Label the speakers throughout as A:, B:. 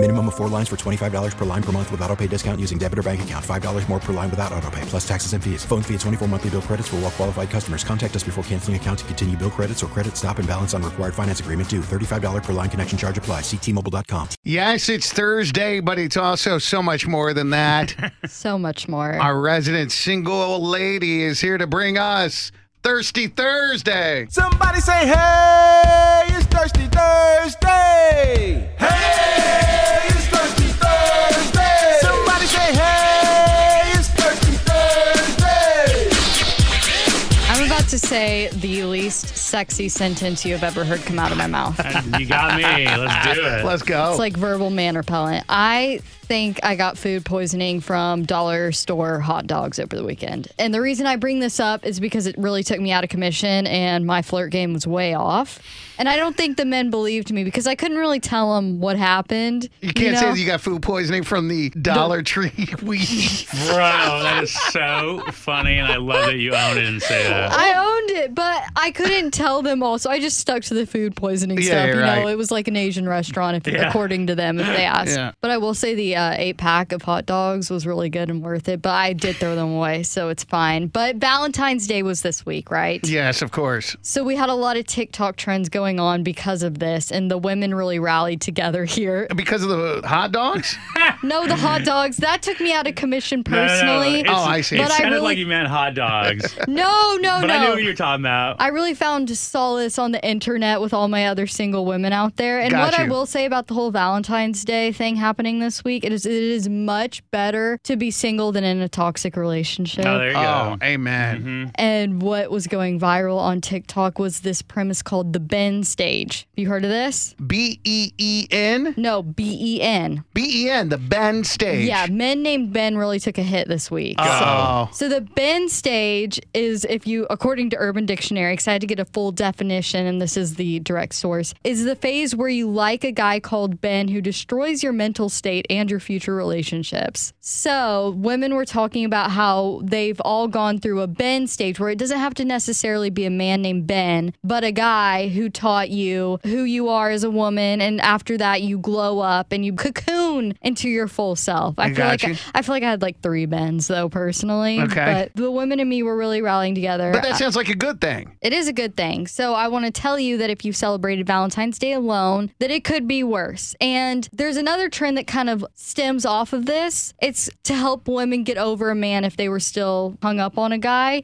A: Minimum of four lines for $25 per line per month with auto pay discount using debit or bank account. $5 more per line without auto pay, plus taxes and fees. Phone fee at 24 monthly bill credits for all well qualified customers. Contact us before canceling account to continue bill credits or credit stop and balance on required finance agreement due. $35 per line connection charge apply. Ctmobile.com.
B: Yes, it's Thursday, but it's also so much more than that.
C: So much more.
B: Our resident single old lady is here to bring us Thirsty Thursday.
D: Somebody say, hey, it's Thirsty Thursday. Hey, it's Thirsty Thursday. Somebody say, hey, it's Thirsty Thursday.
C: I'm about to say the least sexy sentence you have ever heard come out of my mouth. It's
E: You got me. Let's do it.
B: Let's go.
C: like verbal man repellent. I think I got food poisoning from dollar store hot dogs over the weekend. And the reason I bring this up is because it really took me out of commission and my flirt game was way off. And I don't think the men believed me because I couldn't really tell them what happened.
B: you can't say
C: know?
B: that you got food poisoning from the Dollar Tree weed.
E: Bro, that is so funny, and I love that you own it and say that.
C: I owned it, but I couldn't tell them all, so I just stuck to the food poisoning
B: Yeah,
C: stuff.
B: you're
C: You
B: right.
C: know, it was like an Asian restaurant, if,
E: Yeah.
C: according to them, if they asked.
B: Yeah.
C: But I will say the uh, eight pack of hot dogs was really good and worth it. But I did throw them away, so it's fine. But Valentine's Day was this week, right?
B: Yes, of course.
C: So we had a lot of TikTok trends going on because of this, and the women really rallied together here.
B: Because of the hot dogs?
C: No, the hot dogs that took me out of commission
E: No, no, no,
C: personally.
E: it's-
B: Oh, I see.
E: It
C: But I
E: sounded
C: really-
E: like you meant hot dogs,
C: No, no,
E: but
C: no.
E: I knew what you were talking about.
C: I really found solace on the internet with all my other single women out there. And
B: Got
C: what I
B: you.
C: will say about the whole Valentine's Day thing happening this week, it is it is much better to be single than in a toxic relationship.
E: Oh, there you
B: Oh,
E: go.
B: amen.
C: and what was going viral on TikTok was this premise called the Ben stage. You heard of this?
B: B E E N?
C: No, B E N.
B: B E N, the Ben stage.
C: Yeah, men named Ben really took a hit this week.
B: Oh.
C: So the bend stage is if you, according to Urban Dictionary, because I had to get a full definition, and this is the direct source, is the phase where you like a guy called Ben who destroys your mental state and your future relationships. So women were talking about how they've all gone through a bend stage where it doesn't have to necessarily be a man named Ben, but a guy who taught you who you are as a woman, and after that you glow up and you cocoon into your full self. I, feel
B: got
C: like
B: you.
C: I, I feel like I had like three bends though personally.
B: Okay.
C: But the women and me were really rallying together.
B: But that sounds like a good thing.
C: it is a good thing. So I want to tell you that if you celebrated Valentine's Day alone, that it could be worse. And there's another trend that kind of stems off of this. It's to help women get over a man if they were still hung up on a guy.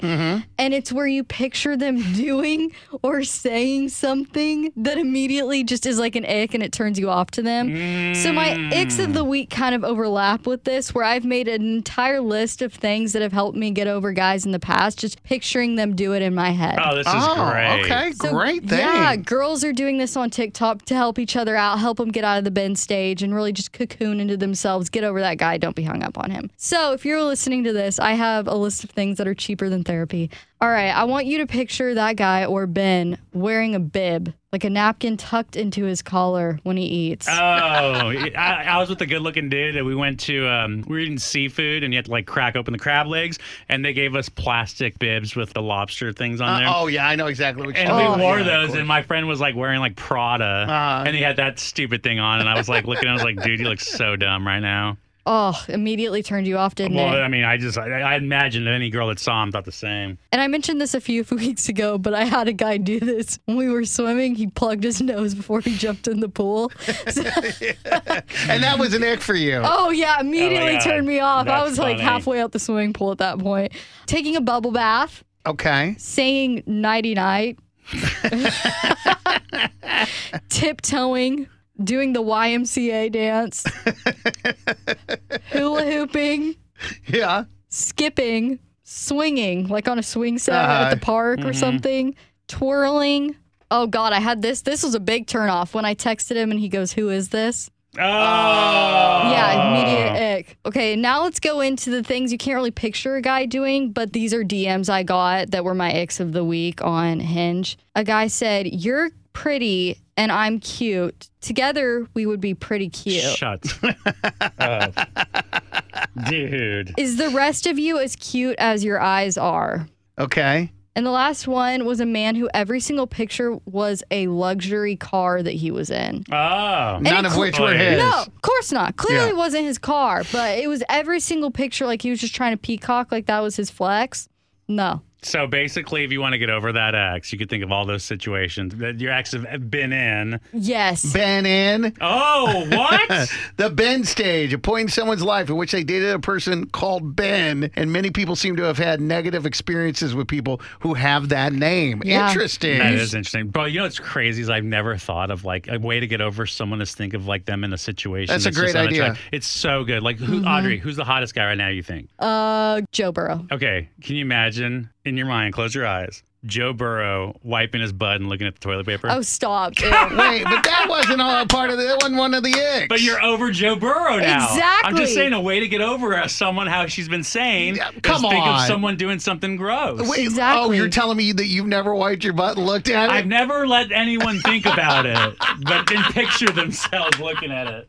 C: And it's where you picture them doing or saying something that immediately just is like an ick and it turns you off to them. So my icks of the week kind of overlap with this, where I've made an entire list of things that have helped me get over guys in the past, just picturing them do it in my head.
E: Oh, this is
B: oh,
E: great.
B: okay.
C: So,
B: great thing.
C: Yeah, girls are doing this on TikTok to help each other out, help them get out of the bend stage, and really just cocoon into themselves. Get over that guy. Don't be hung up on him. So, if you're listening to this, I have a list of things that are cheaper than therapy. All right, I want you to picture that guy or Ben wearing a bib, like a napkin tucked into his collar when he eats.
E: Oh, I, I was with a good-looking dude, and we went to um, we were eating seafood, and you had to like crack open the crab legs, and they gave us plastic bibs with the lobster things on
B: Uh,
E: there.
B: oh, yeah, I know exactly what you're
E: And
B: talking
E: we
B: about.
E: wore
B: Oh, Yeah, of
E: those,
B: course.
E: and my friend was like wearing like Prada,
B: Uh-huh.
E: and he had that stupid thing on, and I was like looking, I was like, dude, you look so dumb right now.
C: oh, immediately turned you off, didn't
E: Well,
C: it?
E: I mean, I just, I, I imagine any girl that saw him thought the same.
C: And I mentioned this a few weeks ago, but I had a guy do this when we were swimming. He plugged his nose before he jumped in the pool.
B: And that was an ick for you.
C: Oh yeah, immediately
E: God.
C: turned me off. I
E: That's
C: was like
E: funny.
C: halfway out the swimming pool at that point. Taking a bubble bath,
B: Okay.
C: saying nighty night, tiptoeing, doing the YMCA dance, hula hooping,
B: Yeah.
C: skipping, swinging, like on a swing set
B: Uh,
C: at
E: Uh-huh.
C: the park
E: Mm-hmm.
C: or something, twirling. Oh God, I had this. This was a big turnoff when I texted him and he goes, "Who is this?"
E: Oh,
C: Yeah, immediate ick. Okay, now let's go into the things you can't really picture a guy doing, but these are DMs I got that were my icks of the week on Hinge. A guy said, You're pretty and I'm cute, together we would be pretty cute.
E: Shut up. Dude.
C: Is the rest of you as cute as your eyes are?
B: Okay.
C: And the last one was a man who every single picture was a luxury car that he was in.
E: Oh.
B: None
C: it
B: of
C: cl-
B: which were
E: Oh, yeah.
B: his.
C: No, of course not. Clearly
B: Yeah.
C: wasn't his car, but it was every single picture like he was just trying to peacock, like that was his flex. No.
E: So basically, if you want to get over that ex, you could think of all those situations that your ex have been in.
C: Yes.
B: Ben in.
E: Oh, what?
B: The Ben stage, a point in someone's life in which they dated a person called Ben, and many people seem to have had negative experiences with people who have that name.
C: Yeah.
B: Interesting.
E: That is interesting. Bro, you know what's crazy is I've never thought of like a way to get over someone is think of like them in a situation.
B: That's a
E: just
B: great idea. Mm-hmm.
E: unattract- It's so good. Like who Audrey, who's the hottest guy right now, you think?
C: Uh Joe Burrow.
E: Okay, can you imagine in your mind, close your eyes, Joe Burrow wiping his butt and looking at the toilet paper?
C: Oh stop. Ew.
B: Wait, but that wasn't all a part of the, that wasn't one of the icks.
E: but you're over Joe Burrow now. I'm
C: Exactly.
E: just saying a way to get over uh, someone how she's been saying.
B: Yeah,
E: is
B: come
E: Think of
B: on.
E: someone doing something gross.
B: Wait, Oh,
C: Exactly.
B: you're telling me that you've never wiped your butt and looked at it?
E: I've never let anyone think about it, but then picture themselves looking at it.